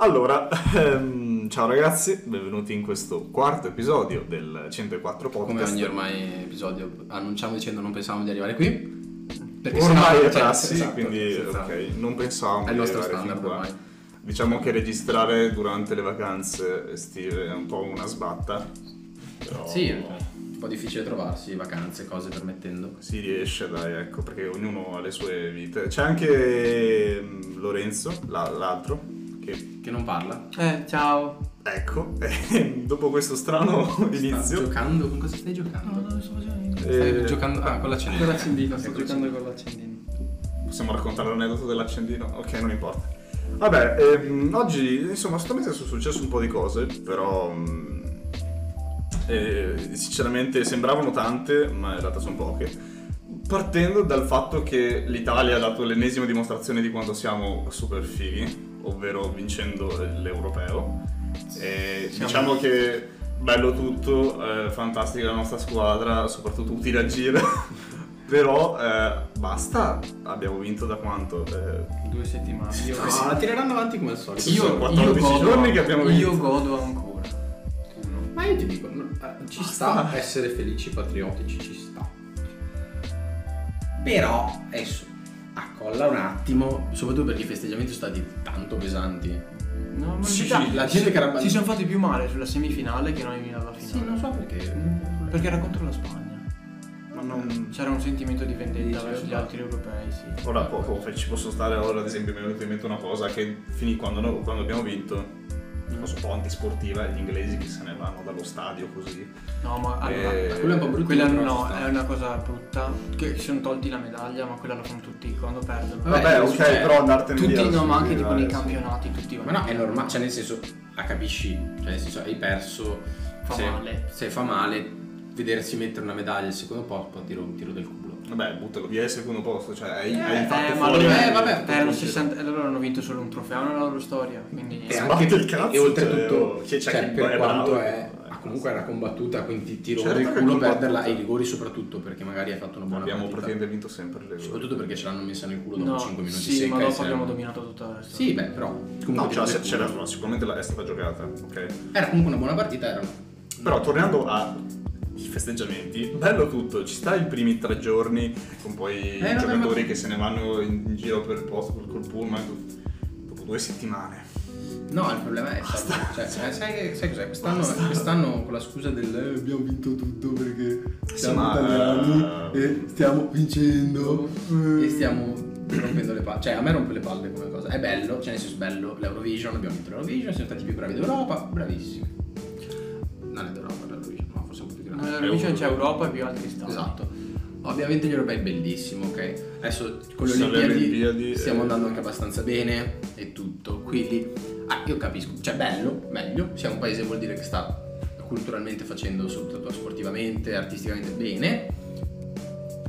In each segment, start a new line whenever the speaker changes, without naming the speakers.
Allora, ehm, ciao ragazzi, benvenuti in questo quarto episodio del 104 Podcast.
Come ogni ormai episodio annunciamo dicendo non pensavamo di arrivare qui. Perché
Ormai
sennò-
è
cioè,
prassi,
esatto,
quindi
senza-
ok, non pensavo
È
di
il nostro
arrivare fin
standard
qua.
ormai.
Diciamo che registrare durante le vacanze estive è un po' una sbatta. Però
Sì, un po' difficile trovarsi, vacanze, cose permettendo.
Si riesce, dai, ecco, perché ognuno ha le sue vite. C'è anche mm, Lorenzo, la- l'altro, che
Che non parla.
Eh, ciao.
ecco, dopo questo strano
Sta
inizio.
giocando, con cosa stai giocando?
sto facendo niente.
Stai
eh,
giocando ah, con l'accendino. Ecco,
Con l'accendino, sto
Eccoci.
giocando con l'accendino.
Possiamo raccontare l'aneddoto dell'accendino? Ok, non importa. Vabbè, ehm, oggi, insomma, sto mese sono successo un po' di cose, però... mm, eh, sinceramente sembravano tante, ma in realtà sono poche. Partendo dal fatto che l'Italia ha dato l'ennesima dimostrazione di quanto siamo super fighi, ovvero vincendo l'Europeo. E
Siamo-
Diciamo che bello tutto, eh, fantastica la nostra squadra, soprattutto utile a giro. Però eh, basta, abbiamo vinto da quanto? Eh,
Due settimane. Io,
Ah, sì, la tireranno avanti come al solito.
Sì, sono 14
godo-
giorni che abbiamo
Io
vinto.
godo ancora.
Ma io ti dico, no, eh, ci sta essere felici patriottici, ci sta. Però adesso accolla un attimo, soprattutto perché i festeggiamenti sono stati tanto pesanti.
No, ma in
Sì,
verità
sì, la
ci-
gente che era-
Si sono fatti più male sulla semifinale che noi alla finale.
so perché.
Perché era contro la Spagna.
ma non...
C'era un sentimento di vendetta
Sì, esatto.
verso gli
sì.
altri europei, sì.
Ora po- po- ci posso stare, ora ad esempio mi è venuta in mente una cosa che finì quando, noi- quando abbiamo vinto, una cosa un po' antisportiva, gli inglesi che se ne vanno dallo stadio così.
No, ma allora,
Eh,
quello è un po' brutto,
Quella
però
no,
ci sta.
è una cosa brutta. Che si sono tolti la medaglia, ma quella la fanno tutti quando perdono.
Vabbè,
Vabbè, ok,
cioè,
però andartene via.
Tutti no, ma
sì,
anche tipo
dai,
nei
sì.
campionati, tutti
Ma no, è normale, cioè nel senso, la capisci, cioè nel senso, hai perso,
Fa
se,
male.
se fa male, vedersi mettere una medaglia al secondo posto, tiro un tiro del culo.
Vabbè, buttalo via al secondo posto, cioè hai,
Eh,
hai fatto
Eh, ma
fuori...
loro,
eh, vabbè,
eh, erano
appunto,
60 e loro hanno vinto solo un trofeo nella loro storia. Quindi
E
Eh,
anche
Sbatte il cazzo,
e oltretutto,
cioè, che c'è
cioè,
chi
per
è
quanto
bravo,
è,
eh,
ah, comunque era combattuta, quindi ti
Certo
rompe il
che è
culo
combattuta.
perderla e i rigori soprattutto perché magari hai fatto una buona
Abbiamo
partita.
praticamente vinto sempre le
Soprattutto perché ce l'hanno messa nel culo dopo
no,
5 minuti
sì,
secca
ma
e
dopo
se-
abbiamo dominato tutta la storia.
Sì, beh, però comunque
No,
ti
cioè,
rompe
c'è-
il
c'era,
culo.
no, sicuramente la- è stata giocata, ok?
Era comunque una buona partita, era
Però tornando ai festeggiamenti, bello tutto, ci sta i primi tre giorni con poi i
vabbè, ma-
giocatori che se ne vanno in, in giro per il posto col, col pullman do- dopo due settimane.
No, il problema è stato. Cioè, eh, sai, che- sai cos'è? Quest'anno, quest'anno con la scusa del eh, abbiamo vinto tutto perché siamo
ma,
italiani
eh,
e stiamo vincendo e stiamo rompendo le palle. Cioè, a me rompe le palle come cosa. È bello, cioè nel senso è bello l'Eurovision, abbiamo vinto l'Eurovision, siamo stati i più bravi d'Europa, bravissimi. Non è d'Europa l'Eurovision, ma forse un po' più grande.
Nella Eurovision Eh, c'è Europa e più altri stati.
Esatto. Ovviamente gli europei è bellissimo, ok? Adesso con le
Sì, alle
Olimpiadi,
Olimpiadi,
stiamo
eh.
andando anche abbastanza bene e tutto, quindi ah, io capisco, cioè bello, meglio, siamo un paese vuol dire che sta culturalmente facendo soprattutto sportivamente, artisticamente bene,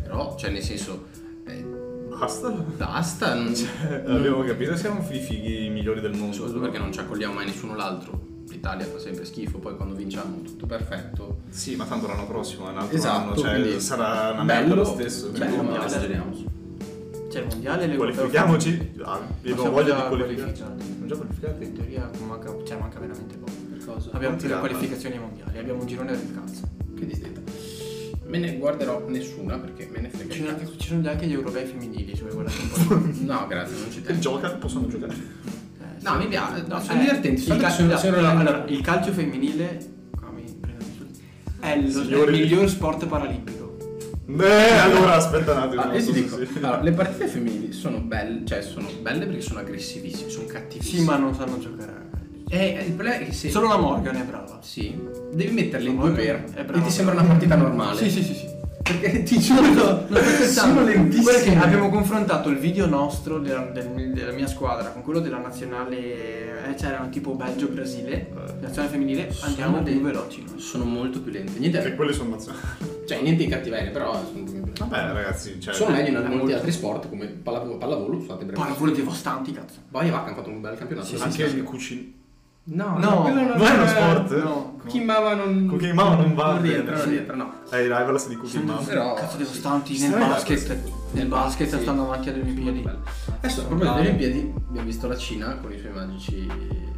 però cioè nel senso eh,
Basta.
basta, non
Eh, Abbiamo capito, siamo i fighi migliori del mondo.
soprattutto perché non ci accogliamo mai nessuno l'altro. L'Italia fa sempre schifo, poi quando vinciamo tutto perfetto.
Sì, ma tanto l'anno prossimo è un altro
Esatto,
anno, cioè
quindi
sarà una merda
bello,
lo stesso. cioè, quindi
Bello,
non-
ma
mondiale.
esageriamo.
C'è il mondiale e l'Europeo.
Qualifichiamoci, Ah,
Ma
abbiamo
siamo
voglia
già
di qualificare.
qualificati.
Non già qualificati?
In teoria manca, cioè, manca veramente poco.
Per cosa?
Non
Abbiamo tutte
ti
le
danno.
qualificazioni mondiali, abbiamo un girone del cazzo.
Che disdetta. Me ne guarderò nessuna perché me ne frega.
Ci sono
il
anche, ci sono anche gli europei femminili, se vuoi guardare un po'.
cazzo. No, grazie, non ci
Che
tengo.
gioca, possono giocare.
Eh,
No, mi piace. No,
Eh,
sono divertenti.
Il,
Sono
cal-
sono- sono-
allora, allora, il calcio femminile qua mi prendo di sul- è lo-
Signori.
il miglior sport paralimpico.
Beh, Eh, allora aspetta un attimo.
Ah,
non
io
so
ti
se
dico,
sì.
allora, le partite femminili sono belle, cioè sono belle perché sono aggressivissime, sono cattivissime.
Sì, ma non sanno giocare. a calcio.
Eh, il problema è che se...
Solo la Morgan è brava.
Sì, devi metterle in
La
due
Morgan
per
è brava.
e ti sembra una partita normale.
Sì, sì, sì, sì.
Perché ti giuro,
Non sto scherzando.
sono
Guarda che
lentissime.
abbiamo confrontato il video nostro della, del- della mia squadra con quello della nazionale, eh, c'erano tipo
Eh.
Belgio-Brasile, nazionale femminile,
Sono
andiamo
dei-
più veloci noi.
Sono molto più lente. Niente,
Perché quelle sono nazionali.
cioè, niente di cattiveria, però sono un po' più-
Vabbè, ragazzi, cioè,
Sono meglio in
molto-
molti altri sport come pallavo- pallavolo, state brevissimi.
Pallavolo devastanti, cazzo.
Bayern Vacca ha fatto un bel campionato.
Sì,
anche il cucino.
No,
No,
quello
non è uno sport?
No.
eh, Chi mava non...
Con chi mava non va
Non rientra,
bene.
non rientra, no.
ai Eh, rivals di Cookie
Sono
Mama.
Però-
cazzo devastanti
Sì,
nel
sì.
basket. Nel basket
sì.
stanno avanti alle Olimpiadi.
Bello. Adesso, a proposito delle Olimpiadi, abbiamo visto la Cina con i suoi magici.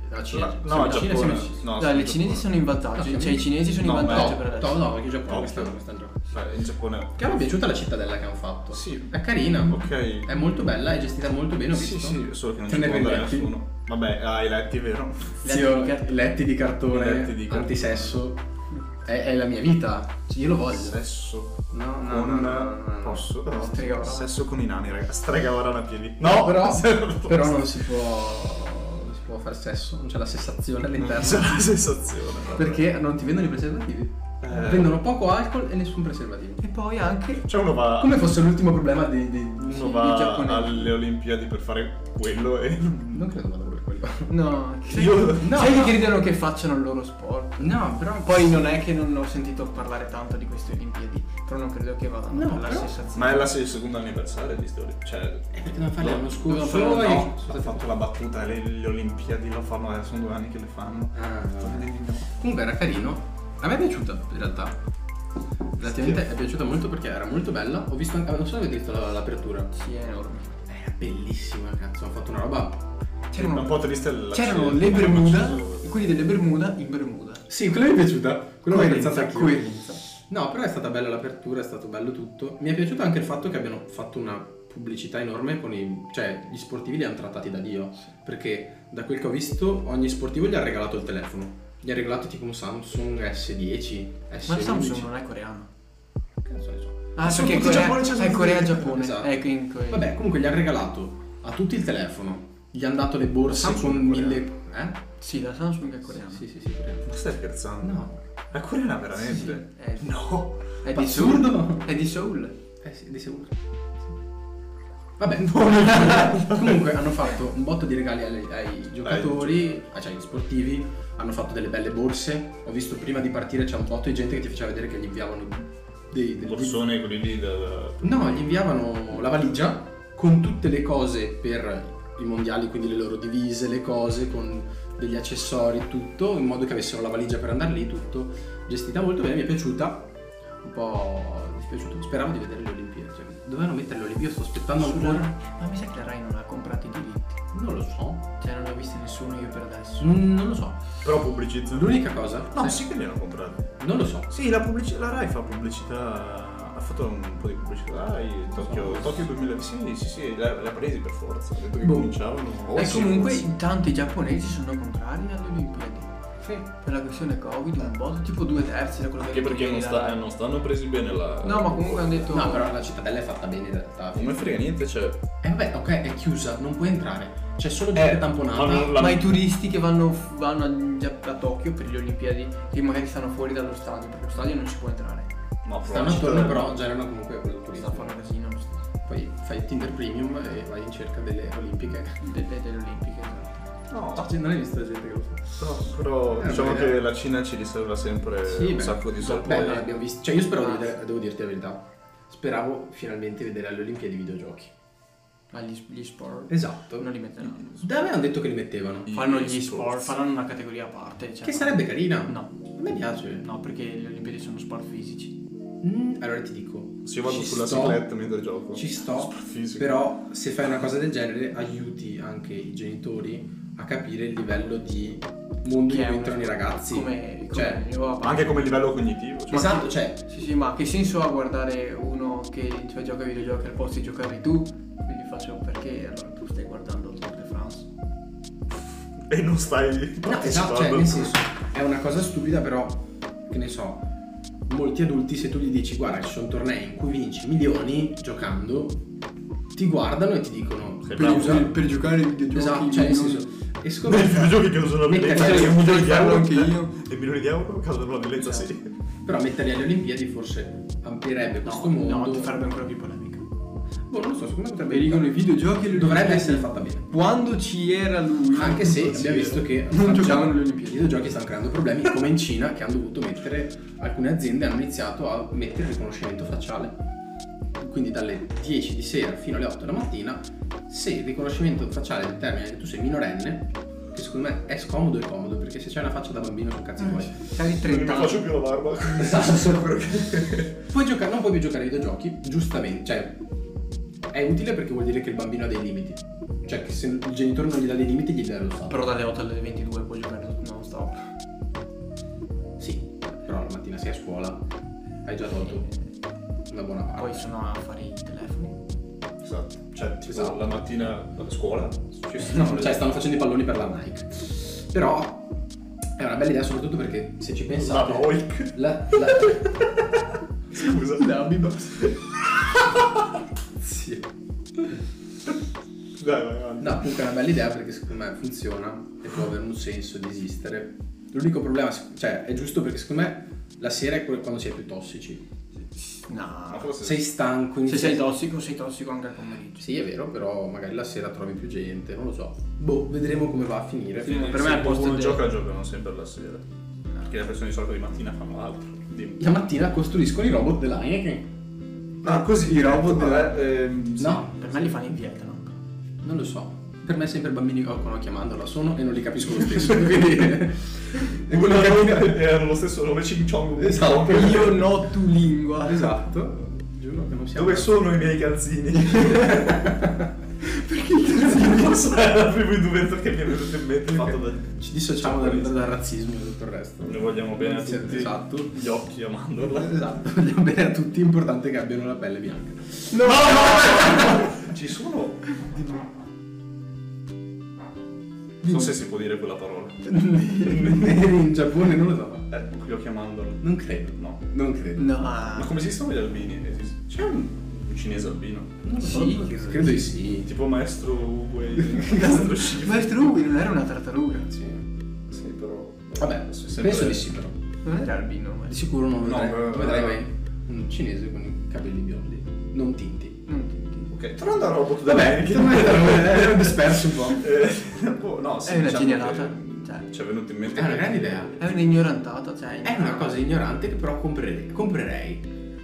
La Cina.
No,
Siamo
il
in Cina,
Giappone.
siamo in-
No,
Dai,
sì,
i cinesi sono in vantaggio.
No,
Cioè, i cinesi sono
no,
in
ma-
vantaggio per
No,
adesso.
no, no, perché il Giappone
No.
quest'anno, quest'anno gioca.
Eh, In Giappone.
Che a me è piaciuta la cittadella che hanno fatto.
Sì.
È carina.
Ok.
È molto bella, è gestita molto bene, ho
Sì,
visto.
sì, solo che non ci
Tranne
può
per i
andare
letti.
nessuno. Vabbè, ah, i letti, vero?
Zio,
Letti di cartone.
letti di cartone,
Letti di cartone.
antisesso. È, è la mia vita. Cioè, io lo voglio.
Sesso
No, no, no,
con...
no, no, no.
Posso? No.
Strega-
Sesso con i nani, raga. Strega ora la piedi. No,
però,
Certo.
però non si può. Non si può fare sesso, non c'è la sessazione
Non
all'interno.
c'è la sensazione. vabbè.
Perché non ti vendono i preservativi.
Eh.
Vendono poco alcol e nessun preservativo.
E poi anche.
Cioè uno va...
Come fosse l'ultimo problema di. di-
Uno
Sì, i
va
giapponesi.
alle Olimpiadi per fare quello e.
Non credo vada pure quello.
No,
Io-
sai
no,
sai
no.
che ridono che facciano il loro sport.
No, però.
Poi non è che non ho sentito parlare tanto di queste Olimpiadi, però non credo che vadano
No,
per la
però-
sensazione.
Ma è la se- il secondo anniversario di storia. Cioè.
Eh, perché non fare
No,
l'anno scorso?
no,
e-
No, ha fatto la battuta, le, le Olimpiadi lo fanno, eh, sono due anni che le fanno.
Ah, vabbè.
No.
Comunque era carino. A me è piaciuta in realtà. Relativamente è piaciuta molto perché era molto bella. Ho visto anche. Non so se avete visto la- l'apertura.
Sì, è enorme.
Era bellissima, cazzo. Hanno fatto una roba.
È un
C'erano,
po' triste la
c'erano
scena,
le
ma non
Bermuda
ci
e
sono-
quelli delle Bermuda in Bermuda.
Sì, quella mi è piaciuta. Quella mi è
Coerenza,
piaciuta anche
coerenza.
No, però è stata bella l'apertura, è stato bello tutto. Mi è piaciuto anche il fatto che abbiano fatto una pubblicità enorme con i. cioè, gli sportivi li hanno trattati da Dio. Perché da quel che ho visto, ogni sportivo gli ha regalato il telefono. Gli ha regalato tipo un Samsung S10, S11.
Ma il Samsung non è coreano.
Cazzo ne so.
Ah,
Sono
perché
tutti
Corea,
Giappone, c'è
è
Samsung.
Corea-Giappone.
Esatto.
Ecco, in Corea.
Vabbè, comunque gli ha regalato a tutti il telefono. Gli hanno dato le borse
Samsung
con
coreano.
mille. Eh?
Sì, la Samsung è coreana.
Sì, sì, sì, coreano.
Ma stai scherzando?
No.
La coreana veramente?
Sì, è-
No.
È di Seoul.
Assurdo!
È di Seoul.
Eh sì, di sicuro. Vabbè, comunque hanno fatto un botto di regali alle- ai, giocatori, ah, cioè agli sportivi, hanno fatto delle belle borse. Ho visto prima di partire c'è un botto di gente che ti faceva vedere che gli inviavano dei,
Il
dei-
borsone quelli lì del...
No, gli inviavano la valigia con tutte le cose per i mondiali, quindi le loro divise, le cose, con degli accessori, tutto, in modo che avessero la valigia per andare lì, tutto. Gestita molto bene, mi è piaciuta. Un po' dispiaciuto. Speravo di vedere le Olimpiadi. Cioè, dovevano mettere le Olimpiadi, sto
Ah,
aspettando
Sulla-
ancora.
Ma mi sa che la Rai non ha comprato i diritti.
Non lo so.
Cioè, non l'ho visto nessuno io per adesso.
Mm, Non lo so.
Però pubblicizzano.
L'unica cosa.
No,
sì,
sì che li hanno comprati.
Non lo so.
Sì, la, pubblici- la Rai fa pubblicità... Ha fatto un po' di pubblicità Rai, Tokyo, Tokyo 2000... Sì, sì, sì, li ha li ha presi per forza. Ha detto che
Boh.
cominciavano...
e
oggi,
comunque
forse.
tanti giapponesi sono contrari alle Olimpiadi.
Sì.
Per la questione Covid, un botto, tipo due terzi da quello
Anche
che
perché non, sta- eh, non stanno presi bene la...
No, ma comunque hanno detto.
No, però la cittadella è fatta bene in realtà.
Non mi frega niente, cioè...
E vabbè, ok, è chiusa, non puoi entrare. C'è solo gente tamponata.
Eh, ma non la-
Ma i turisti che vanno, vanno a, Gia- a Tokyo per le Olimpiadi, che magari stanno fuori dallo stadio, perché lo stadio non ci può entrare.
No, però
Stanno
la
attorno
cittadella-
però generano comunque quello del
Sta a
turismo.
fare casino lo stadio.
Poi fai Tinder Premium e vai in cerca delle olimpiche.
delle, delle Olimpiche. esatto.
No,
Ah, non hai visto la gente che lo fa?
No, però
Eh,
diciamo
magari-
che la Cina ci riserva sempre un sacco di
Beh, non
sorprese.
l'abbiamo visto. Cioè io speravo di vedere, devo dirti la verità, speravo finalmente vedere alle Olimpiadi i videogiochi.
Ma gli, gli sport
Esatto.
non li metteranno.
Da me hanno detto che li mettevano.
Fanno gli sport, faranno una categoria a parte. Cioè,
Che sarebbe carina.
No,
A me piace.
no, perché le Olimpiadi sono sport fisici.
Mm, allora ti dico.
Se io vado
ci
sulla
sto,
cicletta mentre gioco.
Ci sto.
Fisico.
Però se fai una cosa del genere aiuti anche i genitori a capire il livello di mondo in
Che è
cui
un-
entrano i ragazzi.
Come, come
Cioè,
io a
Ma anche come livello cognitivo. Cioè,
Esatto, cioè,
Sì, sì, ma che senso ha guardare uno che cioè, gioca ai videogiochi al posto di giocare tu? Quindi faccio perché allora tu stai guardando Tour de France.
E non stai
no, esatto,
partecipando.
cioè, nel senso, è una cosa stupida, però, che ne so, molti adulti, se tu gli dici, guarda, ci sono tornei in cui vinci milioni giocando, ti guardano e ti dicono,
Sei bravo.
"Scusa".
giocare ai videogiochi.
esatto, cioè, nel senso, e secondo
Nei
me,
videogiochi che non sono
Mica,
violenza,
cioè,
e milioni di
farlo
euro
anche io.
E milioni di euro causano la violenza,
Esatto.
sì.
però, metterli alle Olimpiadi forse amplierebbe questo
No,
mondo.
no, ti farebbe ancora più polemica.
Boh, non lo so, secondo me potrebbe
Vengono i videogiochi e
Dovrebbe essere fatta bene.
Quando ci era lui.
Anche se abbiamo
Sì.
visto che
Non
a-
giocavano
già-
le Olimpiadi.
I videogiochi stanno creando problemi, come in Cina, che hanno dovuto mettere. Alcune aziende hanno iniziato a mettere il riconoscimento facciale. Quindi dalle 10 di sera fino alle 8 della mattina, se il riconoscimento facciale determina che tu sei minorenne, che secondo me è scomodo e comodo, perché se c'è una faccia da bambino che cazzo vuoi.
C'hai 30
Non mi
anni.
faccio più la barba.
Esatto, sono quello che- Puoi giocare, non puoi più giocare ai videogiochi, giustamente, cioè è utile perché vuol dire che il bambino ha dei limiti. Cioè che se il genitore non gli dà dei limiti gli dà lo stato.
Però dalle 8 alle 22 puoi giocare tutto non stop.
Sì, però la mattina sei a scuola, hai già tolto una buona parte.
Poi sono a fare i telefoni.
Esatto. Cioè, tipo
Esatto.
la mattina a scuola. Ci sono
No,
le-
cioè stanno facendo i palloni per la Nike. Però è una bella idea soprattutto perché se ci
la
pensate...
Noik.
La, la,
Scusa.
La Biba.
sì.
Dai, vai avanti.
No, comunque è una bella idea perché secondo me funziona e può avere un senso di esistere. L'unico problema, cioè, è giusto perché secondo me la sera è quando si è più tossici.
Ma
No.
forse-
Sei stanco,
Se
inizi-
sei tossico, sei tossico anche al pomeriggio.
Sì, è vero, però magari la sera trovi più gente, non lo so. Boh, vedremo come va a finire.
Sì. per
se
me è il posto
uno
del-
gioca, giocano sempre alla sera. Perché le persone di solito di mattina fanno altro. Dimmi.
La mattina costruiscono i robot dell'Heineken.
Ah, così i robot.
eh,
Vabbè, ehm, sì.
No,
Per me li fanno in Vietnam.
non lo so. Per me sempre bambini qualcuno chiamandola sono e non li capisco lo stesso. quindi- e quello
Una
che
volta erano lo stesso nome Ching Chong.
Esatto.
Io no tu lingua.
Esatto. Giuro che non siamo.
Dove sono i miei calzini? Perché i calzini? Non so, è il primo indumento che mi è venuto in mente. Fatto da...
Ci dissociamo dal, dal razzismo e tutto il resto.
Noi vogliamo bene a tutti.
Esatto.
Gli occhi a mandorla.
Esatto, vogliamo bene a tutti, è importante che abbiano la pelle bianca.
No, no, Ci sono. Non so se si può dire quella parola.
Neri in Giappone non lo so.
Eh, gli occhi a mandorla.
Non credo.
No.
Non credo.
No.
Ma come esistono gli albini? Esiste- C'è un, un cinese albino?
Non lo so.
Sì,
credo, credo di sì.
Tipo maestro Uwe, maestro Shifu.
Ma il Trubi non era una tartaruga.
Sì.
Sì, però.
Vabbè,
Sì, sempre-
penso di sì però.
Non era albino. ma-
Di sicuro non
No,
vedrai,
eh,
non vedrai
eh.
mai un cinese con i capelli biondi, non tinti.
Mm.
Ok, tornando al robot
Vabbè,
Che-
ero disperso un po'.
Eh, boh, no, sì,
È una
diciamo
genialata,
che-
cioè.
Ci è venuto in mente.
Ah,
eh,
È una grande idea.
È un'ignorantata, cioè.
È una cosa ignorante che però comprerei. comprerei.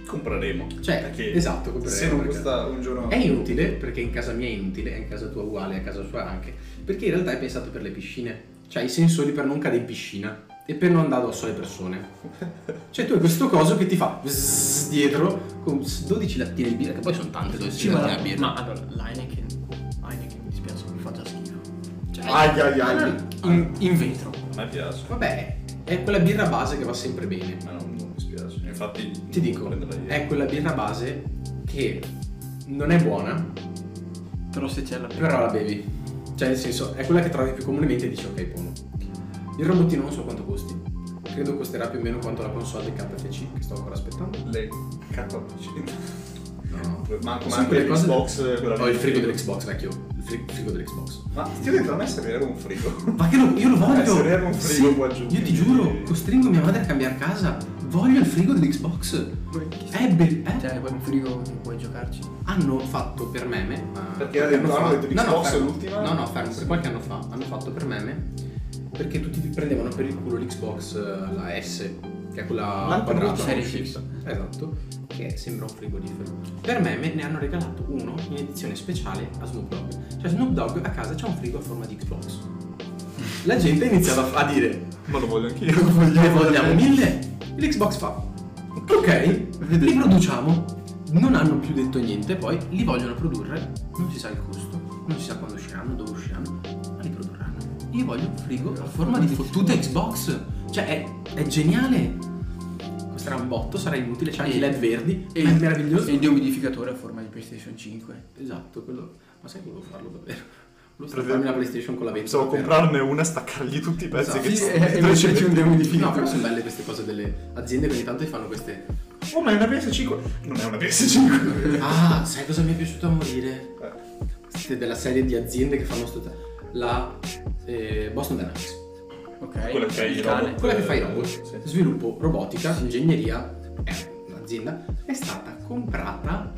Compreremo.
Cioè,
perché
esatto, comprerei.
Se non
perché-
costa un giorno.
È inutile, perché in casa mia è inutile, è in casa tua uguale, a casa sua anche. Perché in realtà è pensato per le piscine. Cioè i sensori per non cadere in piscina e per non andare addosso alle persone. Cioè tu hai questo coso che ti fa zzz dietro con 12 lattine di birra, che poi sono tante 12
Sì, ma,
lattine di birra.
ma allora, l'Heineken. Heineken mi dispiace, mi fa già schifo. Cioè,
Ai, ai,
Ah,
ai.
In, in vetro.
A me piace.
Vabbè, è quella birra base che va sempre bene.
Ma non, non mi spiace. Infatti,
Ti dico, eh.
prenderla io.
è quella birra base che non è buona,
Però se c'è la
Però la bevi. Cioè, nel senso, è quella che trovi più comunemente e dici ok, buono. Il robottino non so quanto costi. Credo costerà più o meno quanto la console del KFC che sto ancora aspettando.
Le K.
No.
Ma come
Sono
anche
quelle cose-
l'Xbox, eh, quella
Ho
lì.
il frigo dell'Xbox, vecchio. Il fri- frigo dell'Xbox.
Ma ti ho detto a me servirebbe un frigo.
Ma che lo- io lo voglio!
Eh, se ne era un frigo
Sì,
qua giù,
Io ti
quindi-
giuro, costringo mia madre a cambiare casa. Voglio il frigo dell'Xbox. È be- eh?
Cioè, poi un frigo che puoi giocarci.
hanno fatto per meme. ma-
Perché era dentro,
hanno
hanno
fa-
detto
no, no,
l'Xbox è
fermo.
l'ultima?
No, no, fermo, per qualche anno fa hanno fatto per meme. Perché tutti ti prendevano per il culo l'Xbox, eh, la S, che è quella
L'altro
quadrata.
Xbox Series X.
Esatto, che sembra un frigorifero. Per meme ne hanno regalato uno in edizione speciale a Snoop Dogg. Cioè Snoop Dogg a casa c'ha un frigo a forma di Xbox. La gente iniziava a a dire,
Ma lo voglio anch'io.
ne vogliamo mille. L'Xbox fa, ok, li produciamo. Non hanno più detto niente, poi li vogliono produrre, non si sa il costo, non si sa quando usciranno, dove usciranno, ma li produrranno. Io voglio un frigo a forma di fottuta Xbox. Cioè, è, è geniale. Costerà un botto, sarà inutile, c'ha anche i LED verdi,
E
ma è meraviglioso.
E il deumidificatore a forma di PlayStation 5.
Esatto, quello... Ma sai che volevo farlo davvero? Volevo
Prefer-
strapparmi la PlayStation con la ventola.
Pensavo
per-
comprarne una, staccargli tutti i pezzi
Esatto.
che
Sì,
sono.
e- e metterci eh, un
No, però
deumidificatore.
sono belle queste cose delle aziende che ogni tanto ti fanno queste
Oh, ma è una PS5. Non è una PS5.
Ah, sai cosa mi è piaciuto a morire?
Eh,
Queste della serie di aziende che fanno sto la eh, Boston Dynamics.
Ok.
Quella che hai
il
il
cane.
robot.
Quella che fa i
Eh,
robot,
sì.
sviluppo, robotica, ingegneria, è un'azienda, è stata comprata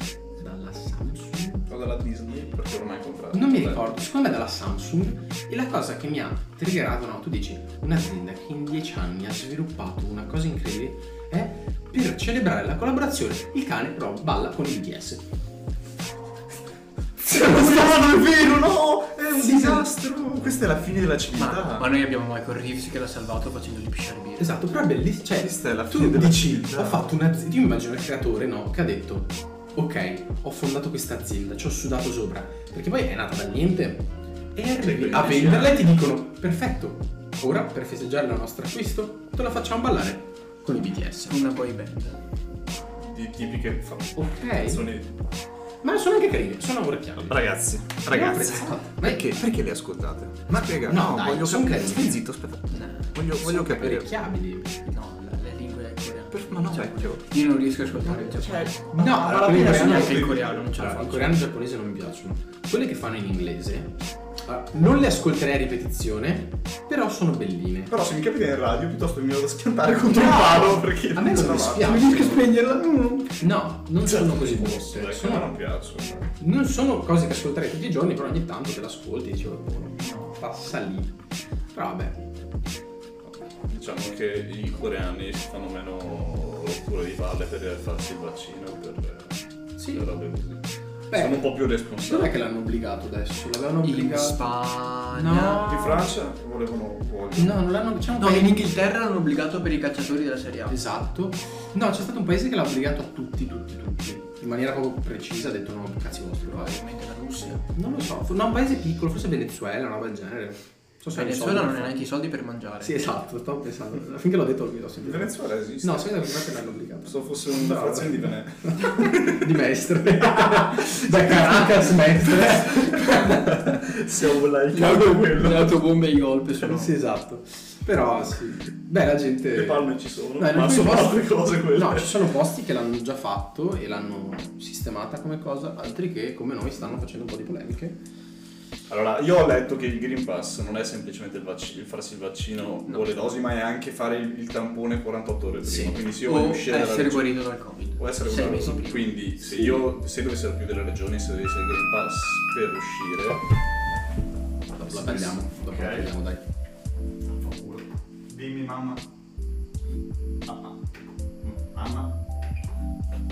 dalla Samsung.
o dalla Disney, perché ormai è comprata.
Non mi ricordo, secondo me dalla Samsung. E la cosa che mi ha triggerato, no, tu dici, un'azienda che in dieci anni ha sviluppato una cosa incredibile è per celebrare la collaborazione il cane però balla con il DS.
Sì, ma no, non è vero, no! È è un disastro. Questa è la fine della civiltà.
Ma, ma noi abbiamo Michael Reeves che l'ha salvato facendogli pisciare birra.
Esatto, però è bellissimo. Cioè,
Questa è la fine
tu
della
dici,
civiltà.
ho fatto un'azienda. Io mi immagino il creatore, no, che ha detto, ok, ho fondato questa azienda, ci ho sudato sopra. Perché poi è nata da niente. E arrivi
quindi
a
dici,
venderla e ti dicono, perfetto, ora per festeggiare il nostro acquisto, te la facciamo ballare con i BTS.
Una boy band.
Di tipiche fa-
Ok.
canzoni.
Ma sono anche carine, sono orecchiabili.
Ragazzi, ragazzi. Perché, perché le ascoltate?
Ma-
spiega,
no,
no,
dai,
voglio
sono
capire.
carine.
Stai zitto, aspetta. Voglio, voglio capire.
Orecchiabili.
No, la- le lingue coreane.
Per- ma no,
cioè,
Eh, vecchio.
Cioè, Io non riesco a ascoltare il
cioè,
giapponese.
No, allora,
quindi
quindi
adesso
non è
neanche
che-
il coreano, non ce la
Allora, Cioè, in
Ah, faccio.
coreano Cioè, e giapponese non mi piacciono. Quelle che fanno in inglese, allora, non le ascolterei a ripetizione, però sono belline.
Però se mi capite in radio, piuttosto mi vado a schiantare contro un palo perché
A me non
la faccio.
dispiace.
Non riesco a spegnerla. Mm.
No, non sono così brutte.
Certo. Dai, che a me non
Sono,
piacciono.
non sono cose che ascolterei tutti i giorni, però ogni tanto te l'ascolti e dici, "Oh, buono, passa lì. Però vabbè,
Diciamo che i coreani si fanno meno rotture di palle per farsi il vaccino, per
Sì.
per robe così.
Beh.
Sono un po' più
dov'è
responsabili.
che l'hanno obbligato adesso? L'avevano
In
obbligato.
Spagna.
No.
Di Francia volevano vogliono.
No, non l'hanno. C'è un
No,
paese-
in Inghilterra hanno obbligato per i calciatori della Serie A.
Esatto. No, c'è stato un paese che l'ha obbligato a tutti, tutti, tutti. In maniera proprio precisa ha detto no, cazzi vostri, vai.
Probabilmente la Russia. Cioè,
Non lo so, for- no, un paese piccolo, forse Venezuela, una roba del genere. Non So
La
hanno
Venezuela
soldi.
non ha neanche i soldi per mangiare.
Sì, esatto, stavo pensando. Finché l'ho detto
Il
l'ho sempre.
Venezuela esiste.
No, sapete che l'hanno obbligato.
Se fosse una
No.
frazione di Venezia.
Di maestre. da Caracas maestre.
Siamo là, il
Le autobombe e i golpe sono.
Sì, esatto. Però sì. Beh, la gente...
Le palme ci sono,
Beh, in
ma
alcuni
sono
posti-
altre cose quelle.
No, ci sono posti che l'hanno già fatto e l'hanno sistemata come cosa, altri che come noi stanno facendo un po' di polemiche.
Allora, io ho letto che il Green Pass non è semplicemente il, vac- il farsi il vaccino
No.
o le dosi, ma è anche fare il, il tampone 48 ore prima.
Sì.
Quindi se io voglio
O
uscire dalla
essere guarito dal Covid.
Può essere
Sei
una
mesi
cosa.
prima.
Quindi, se io se dovessi essere più delle regioni, se dovessi essere il Green Pass per uscire.
Dopo la tagliamo, dopo la
Ok.
tagliamo, dai.
Dimmi mamma. Mamma. Ah,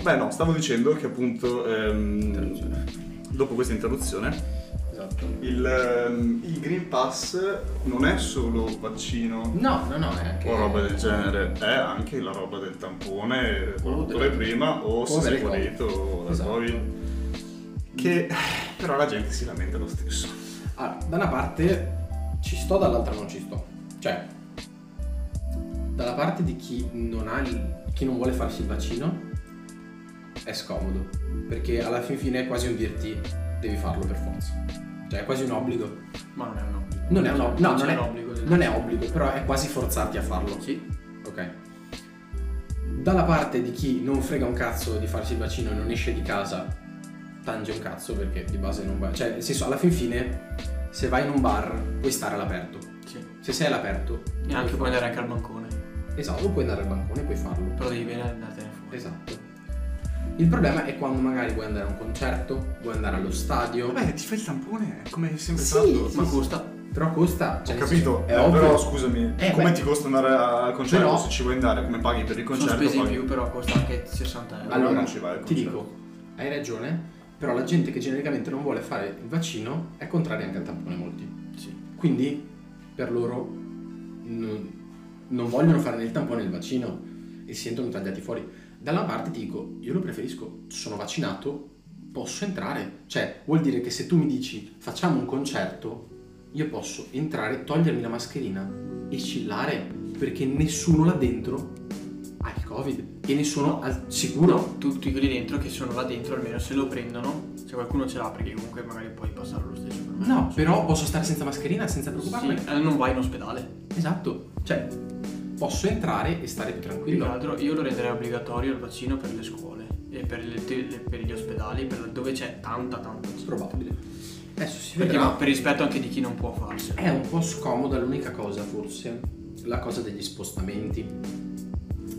Beh no, stavo dicendo che appunto ehm,
Interruzione.
dopo questa interruzione
Esatto.
il, ehm, il Green Pass non è solo vaccino
No, no, no, è anche...
o roba del genere, è anche la roba del tampone
O
o
del-
prima o se
avere
sei
il
guarito o dal
Esatto.
Covid. Che eh, però la gente si lamenta lo stesso.
Allora, Ah, da una parte ci sto, dall'altra non ci sto. Cioè, dalla parte di chi non ha il- chi non vuole farsi il vaccino è scomodo, perché alla fin fine è quasi un dirti devi farlo per forza. Cioè, è quasi un obbligo.
Ma non è un obbligo.
Non è un obbligo. No,
Non
non
c'è
è,
un obbligo. del-
non è obbligo, però è quasi forzarti a farlo.
Sì.
Ok. Dalla parte di chi non frega un cazzo di farsi il vaccino e non esce di casa, tange un cazzo perché di base non va. Cioè, nel senso, alla fin fine, se vai in un bar, puoi stare all'aperto.
Sì.
Se sei all'aperto,
E anche puoi andare anche al bancone.
esatto, puoi andare al bancone, puoi farlo.
Però devi bene andartene fuori.
Esatto. Il problema è quando magari vuoi andare a un concerto, vuoi andare allo stadio,
Vabbè, ti fai il tampone come sempre
Sì,
fatto.
sì,
Ma
Ma costa.
però costa.
Ho
Cioè, nel
capito,
senso,
eh,
È ovvio.
però scusami,
Eh,
come
beh.
ti costa andare al concerto
Però-
se ci vuoi andare? Come paghi per il
Sono
concerto?
spese in
paghi-
più, però costa anche 60 euro.
Allora,
non ci vai al
ti
concerto.
dico, hai ragione, però la gente che genericamente non vuole fare il vaccino è contraria anche al tampone molti.
Sì.
Quindi per loro non, non vogliono fare né il tampone né il vaccino e si sentono tagliati fuori. Dalla parte ti dico, io lo preferisco, sono vaccinato, posso entrare. Cioè, vuol dire che se tu mi dici facciamo un concerto, io posso entrare, togliermi la mascherina e chillare perché nessuno là dentro ha il covid e nessuno al sicuro.
No, tutti quelli dentro che sono là dentro, almeno se lo prendono, se qualcuno ce l'ha, perché comunque magari puoi passarlo lo stesso per me.
No, però posso stare senza mascherina senza preoccuparmi.
Sì, eh, non vai in ospedale.
Esatto. Cioè, posso entrare e stare più
Più che
tranquillo.
altro io lo renderei obbligatorio il vaccino per le scuole e per, le te- le- per gli ospedali, per dove c'è tanta tanta gente.
Probabile. Adesso si
Perché
vedrà.
per rispetto anche di chi non può farselo.
È un po' scomoda l'unica cosa, forse. La cosa degli spostamenti.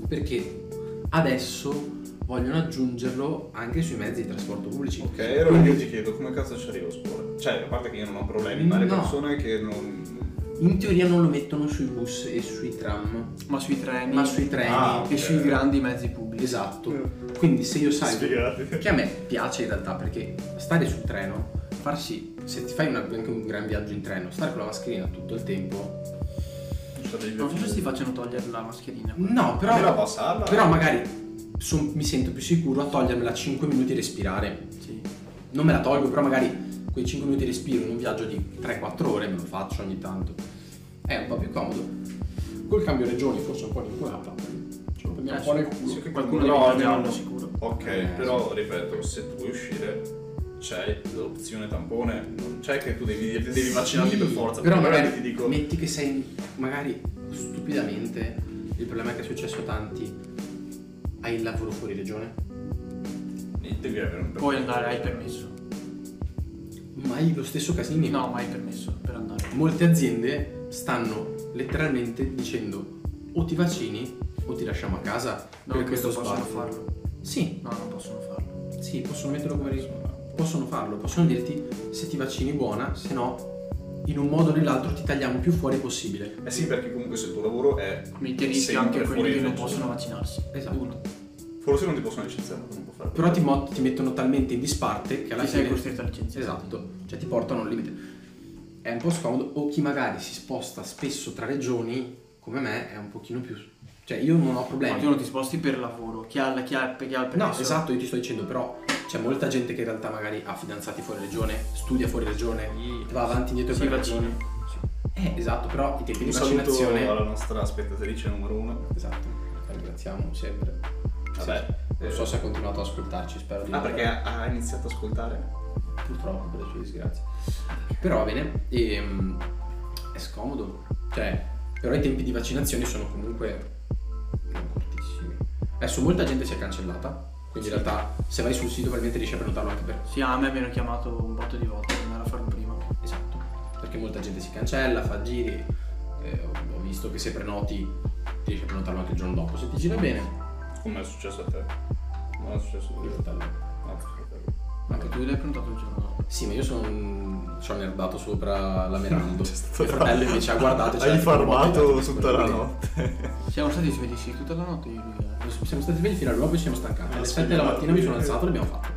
Perché adesso vogliono aggiungerlo anche sui mezzi di trasporto pubblici.
Ok, allora io ti chiedo come cazzo ci arrivo a scuola? Cioè, a parte che io non ho problemi, ma le
No.
persone che non.
In teoria non lo mettono sui bus e sui tram,
Ma sui treni
ma sui treni.
Ah.
e sui grandi mezzi pubblici.
Mm.
Esatto. Quindi se io salgo
Sfigati.
Che a me piace in realtà perché stare sul treno far sì, se ti fai una- anche un gran viaggio in treno, stare con la mascherina tutto il tempo.
Non so se ti facciano togliere la mascherina.
No, però,
Però passarla.
però magari son- mi sento più sicuro a togliermela 5 minuti e respirare.
Sì.
Non me la tolgo, però magari quei 5 minuti di respiro in un viaggio di 3-4 ore me lo faccio ogni tanto. È un po' più comodo. Col cambio regioni forse un po' rincuorata. Ce lo prendiamo
Eh,
un po'
sì.
nel culo.
Sì, che
Qualcuno
però
li
abbiamo-
prenderanno sicuro.
Ok,
Eh,
però ripeto, se tu vuoi uscire c'è l'opzione tampone, non c'è che tu devi, devi vaccinarti
Sì,
per forza.
Però
perché
magari
ti dico
metti che sei magari stupidamente il problema è che è successo a tanti hai il lavoro fuori regione.
devi avere un
Puoi andare, hai permesso.
Ma hai lo stesso casino.
No, ma hai permesso per andare.
Molte aziende stanno letteralmente dicendo o ti vaccini o ti lasciamo a casa
No,
per
questo
questo
possono
spazio.
farlo.
Sì,
No, non possono farlo.
sì, possono metterlo come risultato. Possono farlo, possono dirti se ti vaccini buona, se no in un modo o nell'altro ti tagliamo più fuori possibile.
Eh sì, perché comunque se il tuo lavoro è
Quindi rischi
sempre
anche quelli
fuori
che non
legge.
possono vaccinarsi.
Esatto.
Uno.
Forse non ti possono licenziare, non può fare.
Però ti, mo- ti mettono talmente in disparte che alla
Ti sei
fine...
costretto a licenziare.
Esatto, cioè ti portano al limite. È un po' scomodo, o chi magari si sposta spesso tra regioni, come me, è un pochino più... Cioè io non ho
Ma
problemi.
tu non ti sposti per lavoro. Chi ha, chi ha, chi ha il
No,
permesso?
esatto, io ti sto dicendo, però c'è molta gente che in realtà magari ha fidanzati fuori regione, studia fuori regione, va avanti e indietro
Si
per
vaccina.
regione. Sì. Eh, esatto, però i tempi
Un
di
saluto
vaccinazione...
alla nostra spettatrice numero uno.
Esatto, la ringraziamo sempre.
Vabbè.
Non so se ha continuato ad ascoltarci, spero di
Ah,
no.
perché ha ha iniziato ad ascoltare?
purtroppo per le sue disgrazie. Però va bene, e, mm, è scomodo. Cioè, però i tempi di vaccinazione sono comunque non cortissimi. Adesso molta gente si è cancellata, quindi in realtà se vai sul sito probabilmente riesci a prenotarlo anche per...
Sì, a me mi hanno chiamato un botto di volte per andare a farlo prima.
Esatto, perché molta gente si cancella, fa giri. eh, ho ho visto che se prenoti riesci a prenotarlo anche il giorno dopo. Se ti gira bene,
Come è successo a te? Non è successo a
puoi
te. Ah,
prenotarlo.
No, è successo a te.
Anche tu l'hai prenotato il giorno dopo.
Sì, ma io sono. ci ho nerdato sopra la Meraldo.
C'è stato-
Mio fratello invece ha guardato. e c'era tipo un po' di nerdi, quindi-
Siamo stati svegli tutta la notte io e lui. eh.
Siamo stati svegli fino all'uovo e ci siamo stancati. Alle
Sì,
7 della
no,
mattina mi sono
eh.
alzato e l'abbiamo fatto.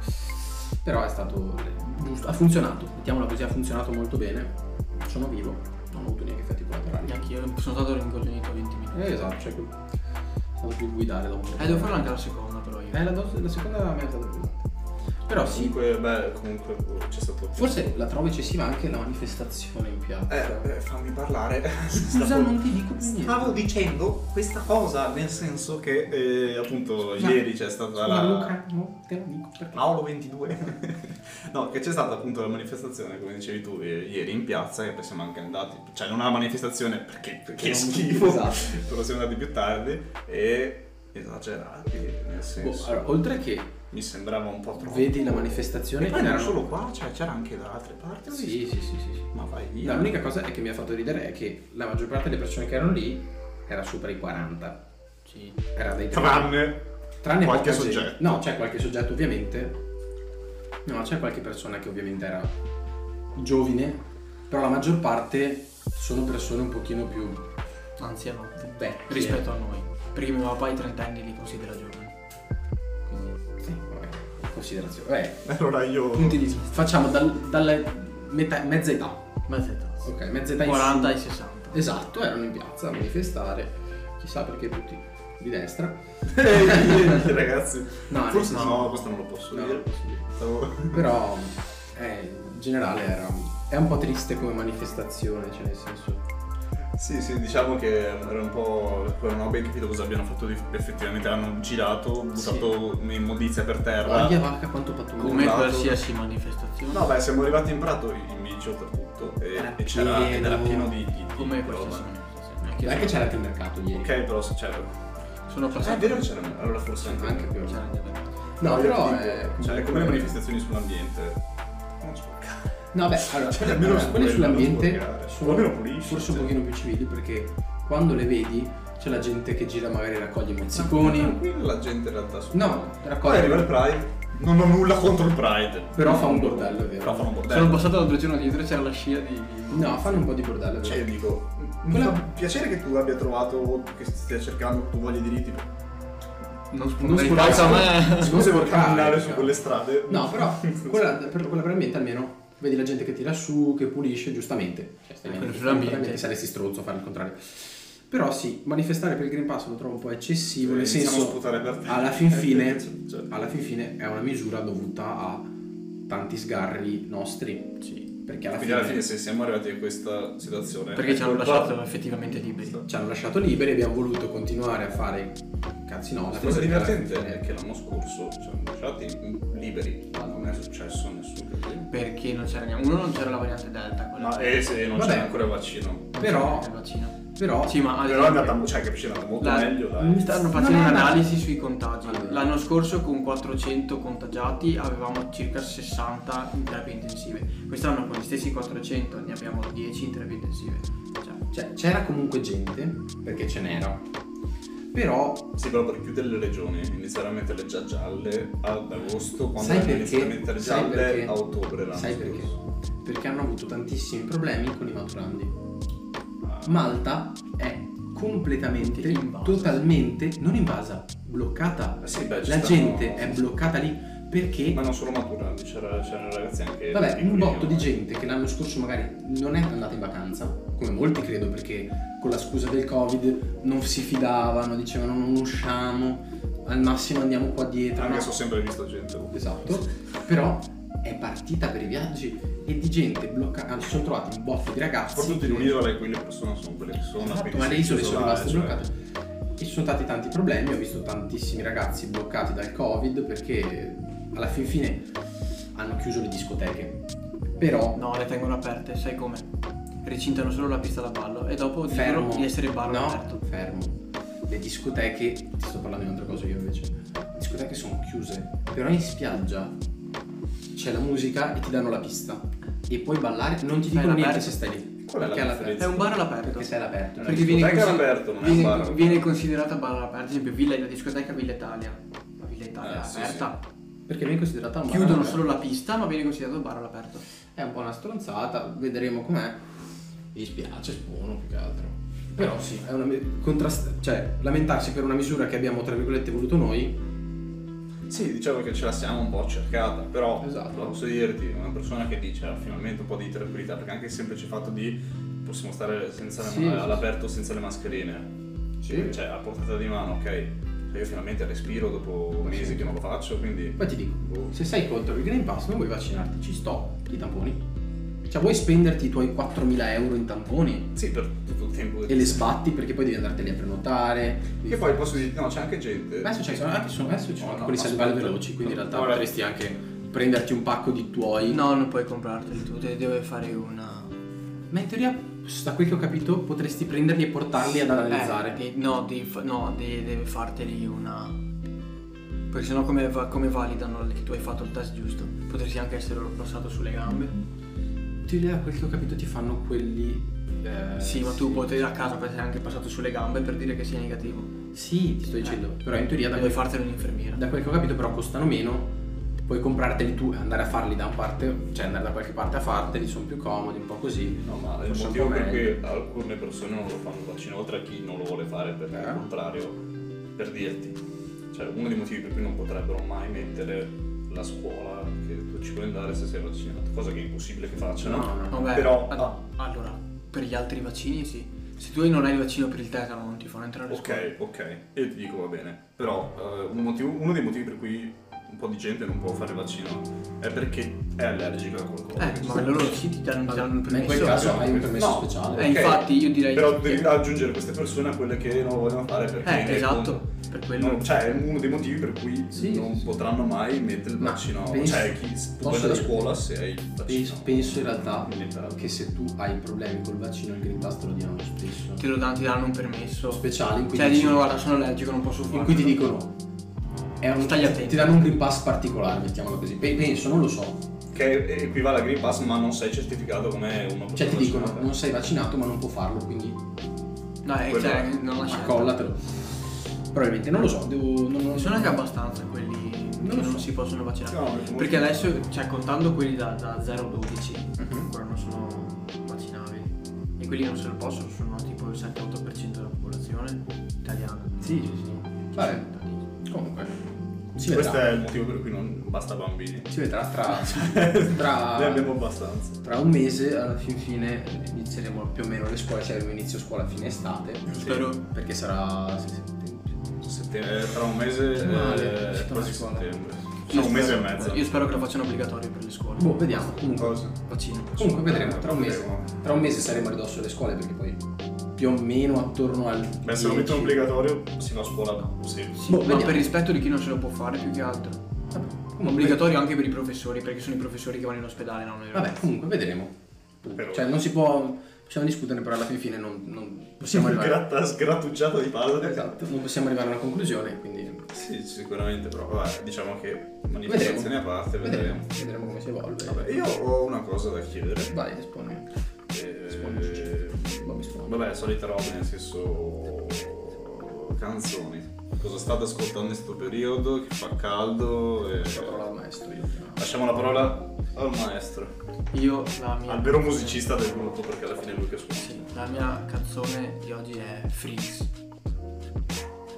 Però è stato giusto. Ha funzionato, mettiamola così, ha funzionato molto bene. Sono vivo, non ho avuto neanche effetti collaterali.
Neanche io sono stato rincoglionito 20 minuti.
Eh, esatto, cioè che stavo più guidare dopo.
Eh, devo farlo anche la seconda però io.
Eh, la, dos- la seconda me è stata più Però sì,
Comunque, beh, comunque boh, c'è stato.
forse la trovo eccessiva anche la manifestazione in piazza.
Eh, eh, fammi parlare.
Scusa, non ti dico più niente.
Stavo dicendo questa cosa, nel senso che eh, appunto
Scusa.
ieri c'è stata
Scusa,
la.
Luca, no, te lo dico perché.
Paolo 22. no, che c'è stata appunto la manifestazione, come dicevi tu, eh, ieri in piazza, e poi siamo anche andati. Cioè, non una manifestazione perché, perché è
non-
schifo.
Esatto.
Però siamo andati più tardi e esagerati, nel
Boh,
senso.
allora, oltre che
Mi sembrava un po' troppo.
vedi la manifestazione
E poi non era
erano-
solo qua, cioè c'era anche da altre parti. ho
Sì,
visto.
sì, sì, sì, sì.
Ma vai via.
La L'unica cosa è che mi ha fatto ridere è che la maggior parte delle persone che erano lì era sopra i 40.
Sì.
Era dei
Tranne.
tranne
qualche
poca gente.
soggetto.
No, c'è qualche soggetto ovviamente. No, c'è qualche persona che ovviamente era giovane, però la maggior parte sono persone un pochino più
Anzianotte.
vecchie.
Rispetto a noi. Perché mio papà i 30 anni li considera giovani. Quindi.
Sì, vabbè, considerazione. Vabbè,
Allora io.
Punti di vista.
facciamo dal- dalle metà- mezza età.
Mezza età.
Ok, mezza età in su.
40 e 60.
Esatto, erano in piazza a manifestare. Chissà perché tutti di destra.
Ehi, ragazzi.
No,
Forse
no,
no, questo non lo posso
no,
dire.
non posso dire.
Stavo-
Però eh, in generale era, è un po' triste come manifestazione, cioè nel senso...
Eh, Sì, sì, diciamo che era un po'. Non ho ben capito cosa abbiano fatto. di- Effettivamente l'hanno girato, buttato immondizia per terra.
Oia "Oh, vacca quanto pattumato.
Come
lato-
qualsiasi manifestazione.
No, beh, siamo arrivati in prato in bici oltretutto. E,
Era
e c'era
pieno.
ed era pieno di. di- di
Come
roba.
qualsiasi manifestazione. Anche
Anche
se-
c'era anche il mercato ieri.
Ok, però se c'era.
Sono
Ah, è
passato.
vero che c'era. Allora forse anche.
Anche più.
C'era anche da-
No,
io
però...
ti dico,
eh,
Cioè,
comunque-
come le manifestazioni sull'ambiente. Non so.
No, beh, allora,
Cioè,
quelle-
almeno
allora,
su
quelle
quello non
sull'ambiente
sporcare.
sono
Almeno pulisci,
forse un
cioè.
pochino più civili perché quando le vedi c'è la gente che gira magari raccoglie mozziconi.
Tranquilla la gente in realtà su.
No,
Poi arriva il
raccoglie...
Pride. Non ho nulla contro il Pride.
Però fa un bordello, è vero.
Però fa un
Sono
bordello.
passato l'altro giorno dietro c'era la scia di.
No, fanno un po' di bordello. è vero.
Cioè, io dico. Mi
Quella-
fa piacere che tu abbia trovato o che stia cercando che tu voglia diritti.
Non
Non
spuntare in
spuntare.
faccia a me.
Non
Scusa per
sporcare,
camminare su
cioè.
quelle strade.
No, però quella per, quella per ambiente almeno vedi la gente che tira su, che pulisce, giustamente. Cioè, stai
Eh,
Ecco,
bene,
sull'ambiente.
veramente saresti stronzo a fare il contrario. Però sì, manifestare per il Green Pass lo trovo un po' eccessivo, nel
Iniziamo a
senso
sputare per te.
alla
Eh,
fin fine,
certo.
Cioè,
alla fin fine è una misura dovuta a tanti sgarri nostri. Perché alla
Quindi alla fine
fine
se siamo arrivati a questa situazione...
Perché
eh,
ci hanno
è
lasciato
colpa-
effettivamente liberi.
ci hanno lasciato liberi e abbiamo voluto continuare a fare cazzi no.
La
la
cosa
che alla
divertente
fine-
è che l'anno scorso ci hanno lasciati liberi, ma non è successo nessun problema.
Perché non c'era neanche. Uno non c'era la variante Delta, quella.
eh,
No, e se non
Vabbè.
c'è ancora il vaccino?
Non
però-
c'era il vaccino.
Però
Sì, ma ad
Però è
esempio-
andata, cioè, capisci, è andata molto
La-
meglio,
mi
dai.
stanno facendo
No, no, no.
un'analisi sui contagi.
Allora.
L'anno scorso con 400 contagiati avevamo circa 60 in terapie intensive. Quest'anno con gli stessi 400 ne abbiamo 10 in terapie intensive. Cioè,
Cioè, c'era comunque gente, perché ce n'era. Però,
Sì, però per più delle regioni, iniziare a mettere già gialle ad agosto, quando
sai
erano iniziate
perché?
a mettere
Sai
gialle
perché?
a ottobre l'anno
Sai perché?
scorso.
Perché hanno avuto tantissimi problemi con i maturandi.
Ah.
Malta è completamente,
Invasa.
totalmente, non invasa, bloccata.
Eh sì, beh, ci
La
stanno-
gente è bloccata lì perché
Ma non solo maturandi, c'era- c'erano ragazzi anche...
Vabbè, un
piccoli,
botto
no?
di gente che l'anno scorso magari non è andata in vacanza, come molti credo, perché con la scusa del Covid non si fidavano, dicevano non usciamo, al massimo andiamo qua dietro.
Anche
no?"
se ho sempre visto gente.
Esatto, però è partita per i viaggi e di gente bloccata, si sono trovati un botto di ragazzi.
Proprio di
che-
un'isola in cui le persone sono quelle che sono.
Esatto,
quindi
ma le
si
isole sono
isolare,
rimaste
cioè.
bloccate. E ci sono stati tanti problemi, ho visto tantissimi ragazzi bloccati dal Covid perché alla fin fine hanno chiuso le discoteche. Però
no, le tengono aperte, sai come? Ricintano solo la pista da ballo e dopo dicono
fermo
di essere ballo
no,
aperto.
fermo le discoteche ti sto parlando di un'altra cosa io invece le discoteche sono chiuse però in spiaggia c'è la musica e ti danno la pista e puoi ballare non ti
Stai
dicono niente
all'aperto.
se stai lì
Qual è la
Perché alla-
differenza?
È un bar all'aperto.
perché sei all'aperto
Una
Perché viene,
discoteca
consi-
all'aperto, non è un
viene,
bar.
viene considerata bar all'aperto, ad esempio Villa, la discoteca Villa Italia. La Villa Italia
Eh,
è
sì,
aperta.
perché viene considerata un bar
Chiudono
all'aperto.
solo la pista, ma viene considerato bar all'aperto.
è un po' una stronzata vedremo com'è mi dispiace spono più che altro però sì è una me- contrast- cioè lamentarsi per una misura che abbiamo tra virgolette voluto noi
Sì, diciamo che ce la siamo un po' cercata, però
Esatto.
lo posso dirti, una persona che dice "Ah, finalmente un po' di tranquillità, perché anche il semplice fatto di possiamo stare senza le
Sì,
ma-
sì,
all'aperto senza le mascherine,
Sì.
cioè a portata di mano, ok? Cioè, io finalmente respiro dopo mesi che non lo faccio, quindi...
Poi ti dico,
Boh.
se sei contro il Green Pass non vuoi vaccinarti, ci sto, i tamponi. Cioè vuoi spenderti i tuoi 4.000 euro in tamponi
Sì, per tutto il tempo.
e le sbatti perché poi devi andarteli a prenotare. devi
Che
fare-
poi posso dire, no, c'è anche gente.
Adesso c'è, cioè, sono anche, sono, adesso ci sono
Oh,
anche
no,
quelli
aspetta.
salvare veloci, quindi in realtà
Ora-
potresti anche prenderti un pacco di tuoi.
No, non puoi comprarteli tu, te deve fare una.
Ma in teoria, da quel che ho capito, potresti prenderli e portarli ad analizzare.
Eh, di- no, di fa- no di- deve farteli una. Perché sennò come, va- come validano che tu hai fatto il test giusto? Potresti anche essere passato sulle gambe.
In teoria, da quel che ho capito, ti fanno quelli... eh,
sì, ma tu potresti a casa essere anche passato sulle gambe per dire che sei negativo.
Sì, ti sto dicendo. Però in teoria da
Deve
quel
fartelo un'infermiera.
Da quel che ho capito però costano meno, puoi comprarteli tu e andare a farli da un parte, cioè andare da qualche parte a farteli, sono più comodi, un po' così.
No, ma il
Forse un
motivo
po'
per
meglio.
cui alcune persone non lo fanno il vaccino, oltre a chi non lo vuole fare perché
Eh?
il contrario, per dirti, cioè uno dei motivi per cui non potrebbero mai mettere la scuola che tu ci puoi andare se sei vaccinato, cosa che è impossibile che facciano.
No, no.
Vabbè,
però-
ad-
ah.
allora, per gli altri vaccini sì. Se tu non hai il vaccino per il tetano non ti fanno entrare a scuola.
Ok, ok, io ti dico va bene, però eh, un motivo- uno dei motivi per cui un po' di gente non può fare il vaccino è perché è allergica a qualcosa.
Eh, ma loro sì ti danno, ti danno il
Ma in quel
permesso.
caso hai un
no.
permesso
No.
speciale.
Eh, infatti, io direi-
Però devi aggiungere queste persone a quelle che non lo vogliono fare perché...
Eh,
rendono-
esatto, per quello.
No, cioè, è uno dei motivi per cui
Sì,
non
sì, sì.
potranno mai mettere il
Ma
vaccino.
penso-
cioè, chi s- può
posso
andare a
dire-
scuola se hai il
Penso,
vaccino.
penso in realtà
Militare.
che se tu hai problemi col vaccino il Green Pass te lo diano lo stesso.
Te lo danno, ti danno un permesso.
Speciale in cui,
Cioè,
dici-
dicono guarda, sono allergico, non posso farlo.
in cui ti dicono è un,
Stai attento.
ti danno un Green Pass particolare, mettiamolo così. Pe- Penso, non lo so.
Che equivale a Green Pass, ma non sei certificato come uno
Cioè ti dicono
vaccinata.
non sei vaccinato ma non può farlo, quindi
No, eh,
Quello
cioè,
è.
non lascia.
accollatelo. Probabilmente non lo so, devo. Non, non-
Ci sono anche abbastanza quelli
lo
che non
so.
si possono vaccinare.
No, molto-
Perché adesso, cioè, contando quelli da, da 0 a 12,
Mhm.
ancora non sono vaccinabili. E quelli che non se lo possono sono tipo il 7-8% della popolazione italiana.
Sì, sì, sì. Vabbè, comunque. Si
Questo
vedrà.
è il motivo per cui non basta bambini.
Si vedrà tra,
Ne abbiamo
tra,
abbastanza.
tra un mese, alla fin fine, inizieremo più o meno le scuole, cioè io inizio scuola a fine estate,
Spero.
perché sarà settembre.
Settembre- tra un mese
Che male,
eh,
si torna
quasi
a scuola.
settembre.
io
No, un mese e
spero-
mezzo.
Io spero che lo facciano obbligatorio per le scuole.
Boh, vediamo, comunque,
Cosa?
Vaccino.
comunque vedremo, tra un mese.
Vedremo.
Tra un mese saremo a ridosso alle scuole perché poi più o meno attorno al
Beh, se lo
10.
mettono obbligatorio,
Sino a scuola, sì.
Sì,
Boh,
ma
vediamo.
per rispetto di chi non ce lo può fare più che altro.
Vabbè, comunque-
Obbligatorio anche per i professori, perché sono i professori che vanno in ospedale, non i
Vabbè,
ragazzi.
comunque vedremo.
Però-
Cioè, non si può. Possiamo discuterne, però alla fin fine non, non possiamo arrivare.
gratta, sgrattugiata di palla.
Esatto, non possiamo arrivare a una conclusione, quindi.
Sì, sicuramente, però vabbè, diciamo che manifestazioni a parte,
Vedremo,
vedremo.
vedremo come si evolve.
Vabbè, io ho una cosa da chiedere.
Vai, esponi.
Eh,
Bob Esponja.
vabbè, solite robe, nel senso canzoni. Cosa state ascoltando in questo periodo? Che fa caldo? E...
La parola al maestro io.
Lasciamo la parola al maestro,
Io la mia.
Al vero musicista del
del gruppo, perché alla fine è lui che suona.
Sì, la mia canzone di oggi è Freaks.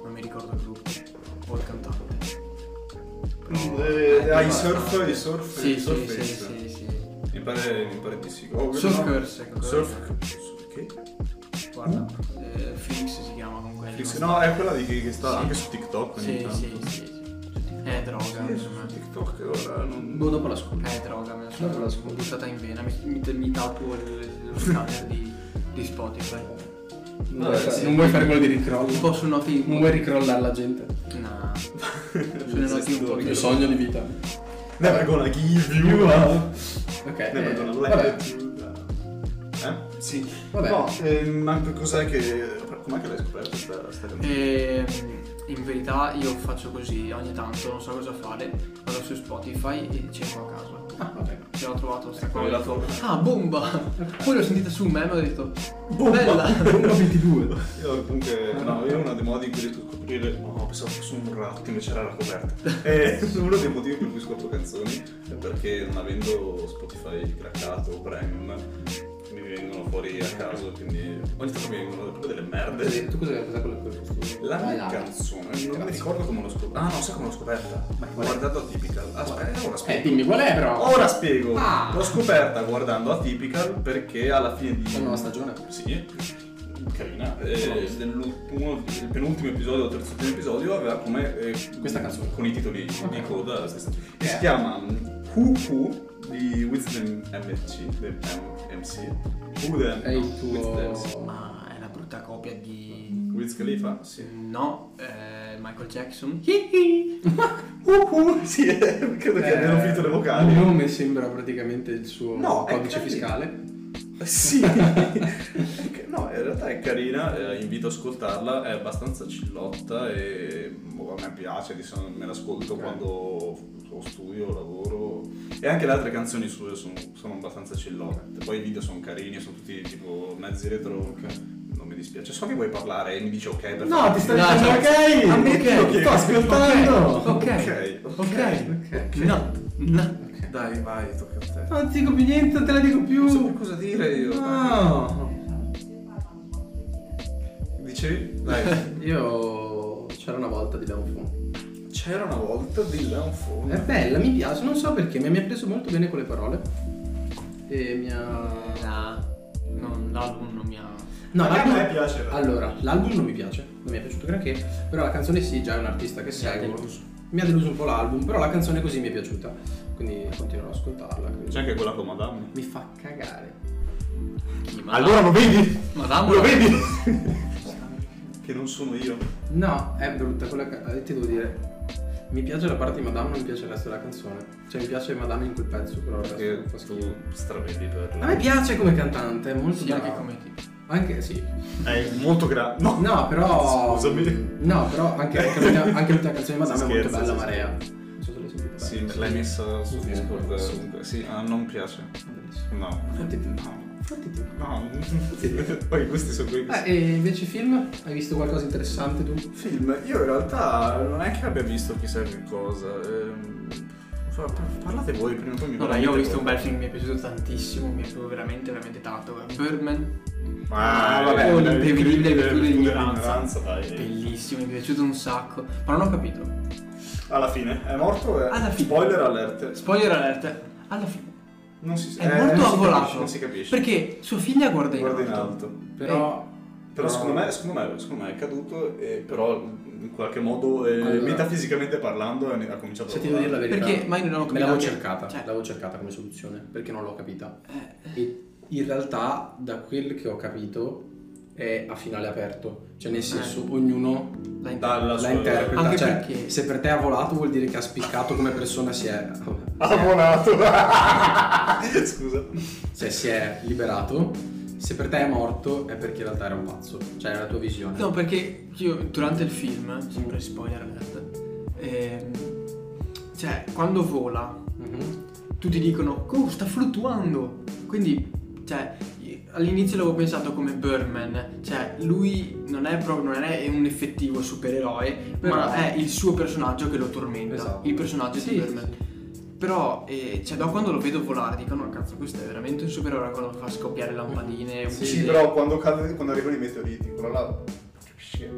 Non mi ricordo il gruppo o il cantante.
Mm, eh,
Eh,
ah, i
basta.
Eh, surf, i surf,
Sì,
i
sì,
surface.
sì, sì, sì.
Mi pare, mi pare di sì.
Oh,
Surfers, ecco.
Surf. surf- Che?
Guarda, eh, Freaks si chiama comunque.
Flix- No, è quella di che, che sta
Sì.
anche su TikTok. ogni
Sì,
tanto.
sì, sì, sì. È droga,
Io
per
sono su
me.
TikTok ora non...
Boh, dopo la scuola.
È droga, me la
Dopo la
sono
scuola.
buttata in vena. Mi, mi, mi tappo il, il scanner di, di Spotify.
Non,
Vabbè,
vuoi,
sì.
non vuoi fare quello di ricrollo?
Un po' su noti.
Non vuoi ricrollare la gente?
No. Sulle noti un po'
Il
Il
più.
mio sogno di vita.
Never gonna give you up.
Ok.
Never
eh,
gonna
vabbè.
let you down. Eh? Sì.
Vabbè.
No, ehm, ma cos'è che... Com'è che l'hai scoperta questa questa canzone?
E mm, in verità io faccio così ogni tanto, non so cosa fare, vado su Spotify e cerco a caso.
Ah, vabbè.
Che ho trovato sta qua.
Quella
ho detto, Ah, bomba! Poi l'ho sentita su un meme e ho detto
Bomba!
Bella!
Bomba 22.
Io comunque, no, io uno dei modi in cui riesco a scoprire, no, pensavo fosse un ratto, invece era la coperta. E uno dei motivi per cui scopro canzoni è perché non avendo Spotify craccato o premium mi vengono fuori a caso, quindi ogni tanto mi vengono proprio delle merde.
Tu cosa cosa quello che
La mia canzone, non mi ricordo come l'ho scoperta. Ah no, sai come l'ho scoperta? Ma
qual è?
guardando Atypical. Aspetta, ora
Eh,
spiego.
dimmi qual è però.
Ora spiego.
Ah.
L'ho scoperta guardando Atypical perché alla fine di
La nuova stagione.
Sì. Carina. Eh, nell'ultimo- nel penultimo episodio o terzo episodio aveva come eh,
Questa canzone.
con i titoli di
Ok.
coda la stessa. E
Eh.
si chiama mm, Who Who di Wisdom MFC, del M- MC. Who the
È il
Wiz Dance.
tuo. Ah.
Ma è una brutta copia di.
Wiz Khalifa? Sì.
No, eh, Michael Jackson. Hihi.
Uh, uh, sì, eh, credo che
Eh,
abbiano finito le vocali.
Il nome sembra praticamente il suo
No, è
codice
carino.
fiscale.
Sì.
No, in realtà è carina, eh, invito ad ascoltarla, è abbastanza cillotta e boh, a me piace, di solito me l'ascolto
Ok.
quando o studio, lavoro e anche le altre canzoni sue sono, sono abbastanza cillotte, poi i video sono carini, sono tutti tipo mezzi retro, non mi dispiace, so che vuoi parlare e mi dici ok per
No, ti stai
No,
dicendo
no.
ok.
Ah,
Io
ok.
ti sto ascoltando.
Ok.
Ok.
Ok.
Ok.
No, no.
Ok.
Dai, vai, tocca a te.
Non ti dico più niente, non te la dico
Non so
più.
più Ah. cosa dire io.
No.
Dicevi? Dai.
Io c'era una volta di Downfall.
C'era una volta di Leonfone.
È bella, mi piace, non so perché, ma mi ha preso molto bene con le parole. E mi ha.
No, non- l'album non mi ha.
No,
a
l'album-
me piace.
Allora, l'album non mi piace, non mi è piaciuto granché, però la canzone sì, già è un artista che
Mi ha
seguo.
deluso.
Mi ha deluso un po' l'album, però la canzone così mi è piaciuta, quindi continuerò ad ascoltarla. credo.
C'è anche quella con Madame.
Mi fa cagare.
Chi, ma-
Allora lo vedi?
Madame,
Lo vedi?
Che non sono io.
No, è brutta quella ca- eh, ti devo dire. Mi piace la parte di Madame, non mi piace il resto della canzone. Cioè mi piace Madame in quel pezzo, però il
Perché
resto fa
tu
schifo.
stravedi per
A me piace come cantante, è molto
Sì, anche
brava.
come tipo.
Anche sì.
È molto grande. No.
No, però.
Scusami.
No, però anche, anche l'ultima, anche l'ultima canzone di Madame è molto
Scherzo,
bella,
sì,
Marea. Non so se l'hai sentita.
Sì,
beh.
l'hai messa su
Sì.
Discord.
Sì.
comunque. Sì, ah, non piace.
Bellissimo.
No.
Fatti tu.
No.
Fatti tu.
No.
Sì.
Poi questi sono quelli che...
Ah, e invece film? Hai visto qualcosa di interessante tu?
Film, io in realtà non è che abbia visto chissà che cosa. ehm, fa- par- Parlate voi prima o poi mi
Allora, io ho
parlate
visto un
voi.
bel film, mi è piaciuto tantissimo, mi è piaciuto veramente, veramente tanto. Birdman,
Ah,
vabbè,
eh,
l'imprevedibile
incredibile
virtù dell'ignoranza.
Ignoranza, dai.
Bellissimo, mi è piaciuto un sacco. Ma non ho capito.
Alla fine è morto. eh.
Alla fine.
Spoiler alert.
Spoiler alert. Alla fine
Non si sa.
è molto
non si
avvolato.
capisce, Non si capisce.
Perché sua figlia guarda in
Guarda in
alto.
alto.
Però...
Però secondo me, secondo, me, secondo me è caduto, e però in qualche modo, eh,
Allora.
metafisicamente parlando, è- ha cominciato
Se
a
ti devo dire la verità,
Eh. Perché? Ma io non ho
me
capito
l'avevo
anche-
cercata,
cioè-
l'avevo cercata come soluzione, perché non l'ho capita.
Eh,
E in realtà, da quel che ho capito, è a finale aperto. Cioè,
Ah.
nel senso, ognuno
la in-
Dalla
la
sua-
interpreta.
Anche
cioè,
perché-
se per te ha volato vuol dire che ha spiccato come persona si è.
Ha volato! Scusa.
Cioè, si è liberato. Se per te è morto è perché in realtà era un pazzo. Cioè, è la tua visione.
No, perché io durante il film, sempre spoiler alert, ehm, cioè quando vola
Mhm.
tutti dicono oh sta fluttuando quindi cioè i- all'inizio l'avevo pensato come Birdman cioè lui non è proprio non è un effettivo supereroe
Però-
ma è il suo personaggio che lo tormenta
Esatto.
il personaggio
Sì,
di
sì,
Birdman però eh, cioè da quando lo vedo volare dico no cazzo questo è veramente un supereroe quando fa scoppiare lampadine
Sì,
Sì,
sì.
però quando, cade, quando arrivano i meteoriti, quello là capisci che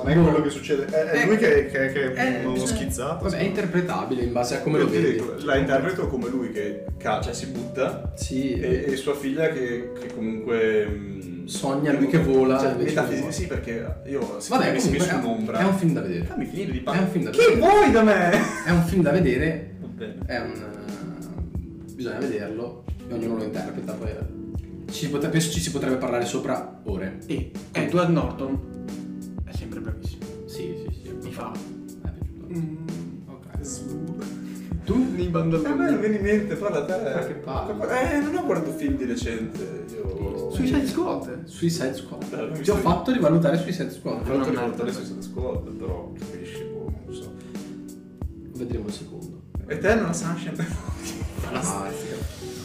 non è
Boh.
quello che succede, è, è
Eh,
lui che, che, che
eh,
è uno
cioè,
schizzato.
Vabbè, è interpretabile in base a come
Io
lo
ti
vedi.
dico, La interpreto come lui che ca- cioè, si butta
Sì,
e, e sua figlia che, che comunque... mm,
Sogna lui che vola,
Cioè,
invece
metafisi-
vola.
sì, perché io se
Vabbè,
avessi
comunque,
messo
è,
un'ombra...
è un film da vedere.
Fammi finire di
È un film da
parlare.
vedere.
Che vuoi da me?
È un film da vedere,
Va bene.
è un. eh, bisogna vederlo e ognuno lo interpreta. Poi eh, ci, pote- penso ci si potrebbe parlare sopra ore.
e Edward Norton è sempre bravissimo
Sì, sì, sì.
mi fa
È piaciuto.
mm,
Ok.
tu nei
Eh,
A me non viene in mente, parla te.
Che palle.
Eh, non ho guardato film di recente. Io.
Suicide Squad
Dai,
Suicide
l'ho
Squad. Ti
visto
ho
io.
fatto rivalutare Suicide
Ho
Squad.
fatto
Non è-
riportare Suicide Squad, però capisci, boh, non lo so.
Vedremo il secondo.
Eternal Sunshine.
Ah,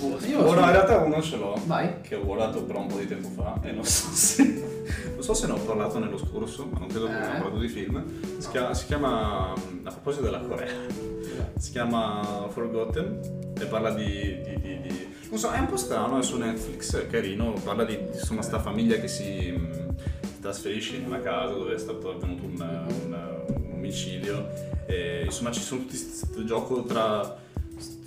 Io
Ora in
sono-
realtà uno ce l'ho.
Vai.
Che ho guardato però un po' di tempo fa e non so se. Non so se ne ho parlato nello scorso, ma non credo che ne ho
Eh.
parlato di film. Si, chia- si chiama. A proposito della Corea. si chiama Forgotten e parla di, di- di- di- non so è un po' strano è su Netflix è carino parla di di, insomma sta famiglia che si mh, trasferisce in una casa dove è stato avvenuto un, un- un omicidio e insomma ci sono tutti questo gioco tra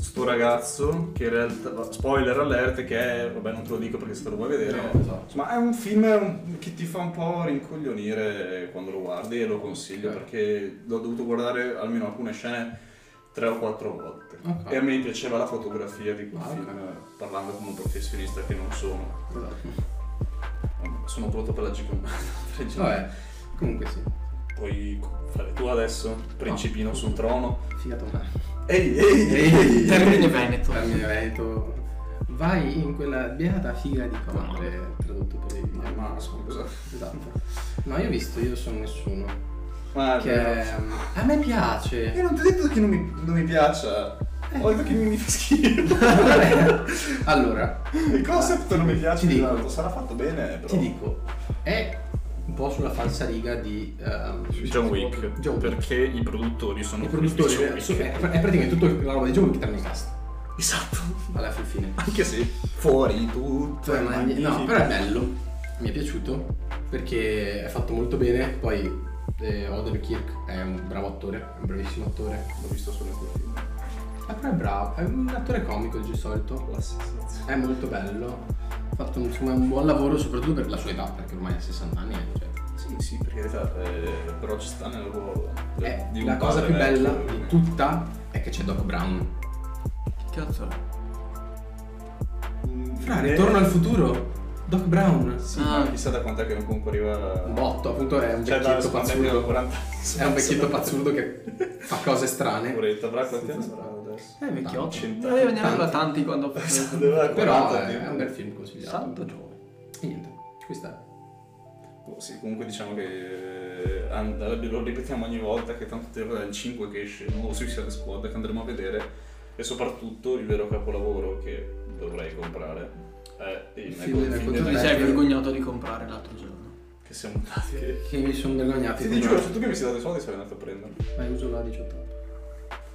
sto ragazzo che in realtà spoiler alert che è vabbè non te lo dico perché se te lo vuoi vedere
No, esatto.
insomma è un film un- che ti fa un po' rincoglionire quando lo guardi e lo consiglio
Ok.
perché l'ho dovuto guardare almeno alcune scene tre o quattro volte
Ok.
e a me piaceva la fotografia di quel
Ah, ok.
film eh, parlando come un professionista che non sono sono pronto per la gigante
Vabbè, comunque sì.
puoi fare tu adesso
Ah.
principino sul trono
Figato me.
ehi ehi
Ehi.
Termine Veneto
Termine Veneto. Vai in quella beata figa di comare, tradotto per i video.
ma scusa
Esatto. No, io ho visto, io sono nessuno.
ma
Che ehm, a me piace.
io non ti ho detto che non mi, non mi piaccia
Eh.
ho detto che mi fa schifo
allora,
il concept non mi piace
Ti dico.
tanto. sarà fatto bene però
ti dico, è un po' sulla falsa riga di ehm,
John Wick
John Wick.
perché i produttori sono
I produttori,
quelli
eh,
di
so-
John
è,
Wick.
è praticamente tutto la roba di John Wick tranne il cast.
esatto
Alla fin fine.
Anche se fuori tutto
Cioè,
è
ma-
magnifico.
no, però è bello, mi è piaciuto perché è fatto molto bene. Poi eh, Oder Kirk è un bravo attore, è un bravissimo attore.
L'ho visto solo in quel film.
Eh, però è bravo, è un attore comico di solito.
La sensazione.
È molto bello. Ha fatto insomma, un buon lavoro, soprattutto per la sua età, perché ormai ha 60 anni. eh, cioè.
Sì, sì, per carità, eh, però ci sta nel ruolo.
Eh,
di un
la cosa
padre
più bella
vecchio.
di tutta è che c'è Doc Brown.
Cazzo è?
Mm,
Fra,
eh,
ritorno al futuro, Doc Brown.
Sì,
Ah.
ma chissà da quant'è che non compariva...
Boh, Un botto, appunto, è un
Cioè, da
vecchietto
quant'è che aveva
pazzuto.
40 anni.
È un vecchietto pazzuto che fa cose strane.
Puretta, avrà quanti anni sarà adesso?
Eh, vecchiotto.
Tanti.
Non aveva neanche la tanti quando ho fatto il
Doveva
Però eh,
40
è,
tipo.
un bel film consigliato.
Santo Giove.
E niente, questa
Boh, sì, comunque diciamo che eh, and- lo ripetiamo ogni volta che tanto tempo dal 5 che esce il nuovo Suicide Squad che andremo a vedere e soprattutto il vero capolavoro che dovrei comprare è il
Il film del
film del
Cotorello.
Mi
Michael-
sei vergognato di comprare l'altro giorno.
che siamo andati che...
Che mi sono vergognato.
ti giuro, se tu che mi sei dato i soldi sarei andato a prenderlo
Ma uso la 18.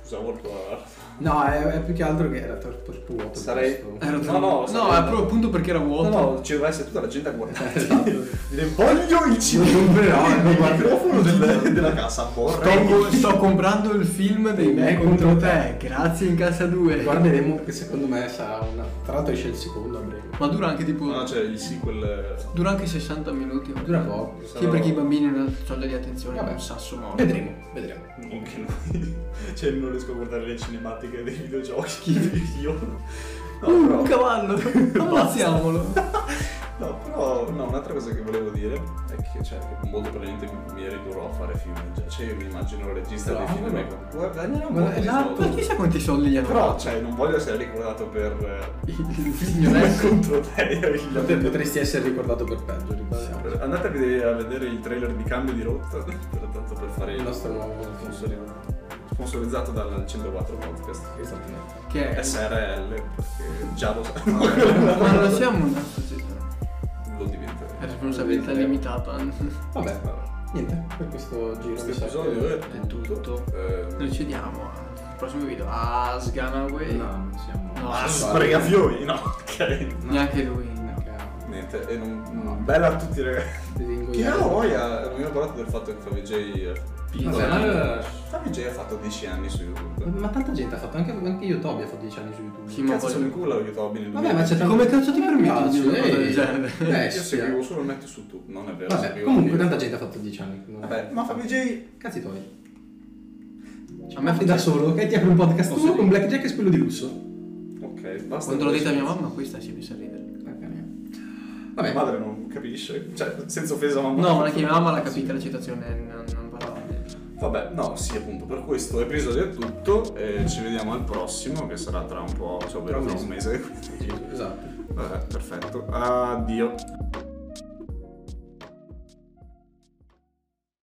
Scusa, Warcraft.
No, è, è più che altro che era troppo spuoto.
Sarei...
questo.
Era
No,
troppo-
no,
no,
sarei-
è proprio appunto perché era
No,
vuoto.
no, ci doveva essere tutta la gente a guardare.
Esatto. eh,
Le voglio il cibo.
comprerò, non
il
guarderò.
microfono del- della cassa,
Sto,
vorrei.
co- sto comprando il film dei me contro te. Grazie in casa 2.
Guarderemo perché secondo me sarà una. Tra l'altro esce il secondo a breve.
Ma dura anche tipo.
No, c'è Ah, cioè, il sequel. eh,
Dura anche 60 minuti.
Dura poco.
Sì, perché i bambini hanno una cialda di attenzione.
Vabbè.
Vabbè. Un sasso morto.
Vedremo, vedremo.
Anche noi. Cioè, non riesco a guardare le cinematiche dei videogiochi. Io. No,
Uh,
però.
un cavallo. Ammazziamolo.
No, però, no, un'altra cosa che volevo dire è che, cioè, che molto probabilmente mi, mi ridurrò a fare film. Cioè, cioè, io mi immagino il regista dei film. e dico, Guadagnerò un po'
Guarda,
di
Esatto. Ma
soldi.
chissà quanti soldi gli hanno
Però, cioè, non voglio essere ricordato per. eh,
Il
come
signorello.
contro te. il-
Potre- Potresti essere ricordato per peggio, ricordiamo.
Andate a vedere, a vedere il trailer di cambio di rotta. per- Tanto per fare
Il nostro nuovo
sponsor- Sponsorizzato dal 104 Podcast. Che
Esattamente.
Che
Eh,
è.
SRL, perché già lo sanno.
eh, Ma Eh, non siamo una società.
Lo diventeremo.
È responsabilità limitata. È
Vabbè, niente, per questo giro
Questo
mi sa
episodio
che-
è tutto.
tutto.
Eh,
Noi cediamo al prossimo video. Ah, Sganaway.
No, non siamo.
No.
Ah, spregafiori, no, ok.
Neanche lui.
Niente, e non, non- bella a tutti ragazzi. Chi ha voglia? Non mi ho parlato del fatto che Favij
Vabbè, eh,
Favij ha fatto 10 anni su YouTube.
Ma tanta gente ha fatto, anche, anche YouTube ha fatto 10 anni su YouTube.
Sì, ma
Cazzo, sono in
voglio...
culo YouTube nel
Vabbè, ma c'è tanto...
Come cazzo ti permetti
Cazzo,
di dire una cosa
ehi.
del genere?
Beh, eh.
Io seguivo solo il metto su tutto, non è vero.
Vabbè,
seguivo
comunque
Favij.
tanta gente ha fatto 10 anni. non è-
Vabbè, ma Favij
Cazzi tuoi.
A
Ma
me
fai da solo, ok? Ti apri un podcast
Posso
tu
dire?
con Blackjack e spello di lusso.
Ok, basta.
Quando l'ho detto a mia mamma, questa si è messa a ridere.
Vabbè,
Mia madre non capisce, cioè, senza offesa mamma.
Eh. No, ma la mia mamma l'ha capita la citazione, non, non parlava.
Vabbè, no, sì, appunto, per questo episodio è tutto. eh, ci vediamo al prossimo, che sarà tra un po', cioè, ovvero tra un mese. quindi-
esatto.
Vabbè, perfetto. Addio.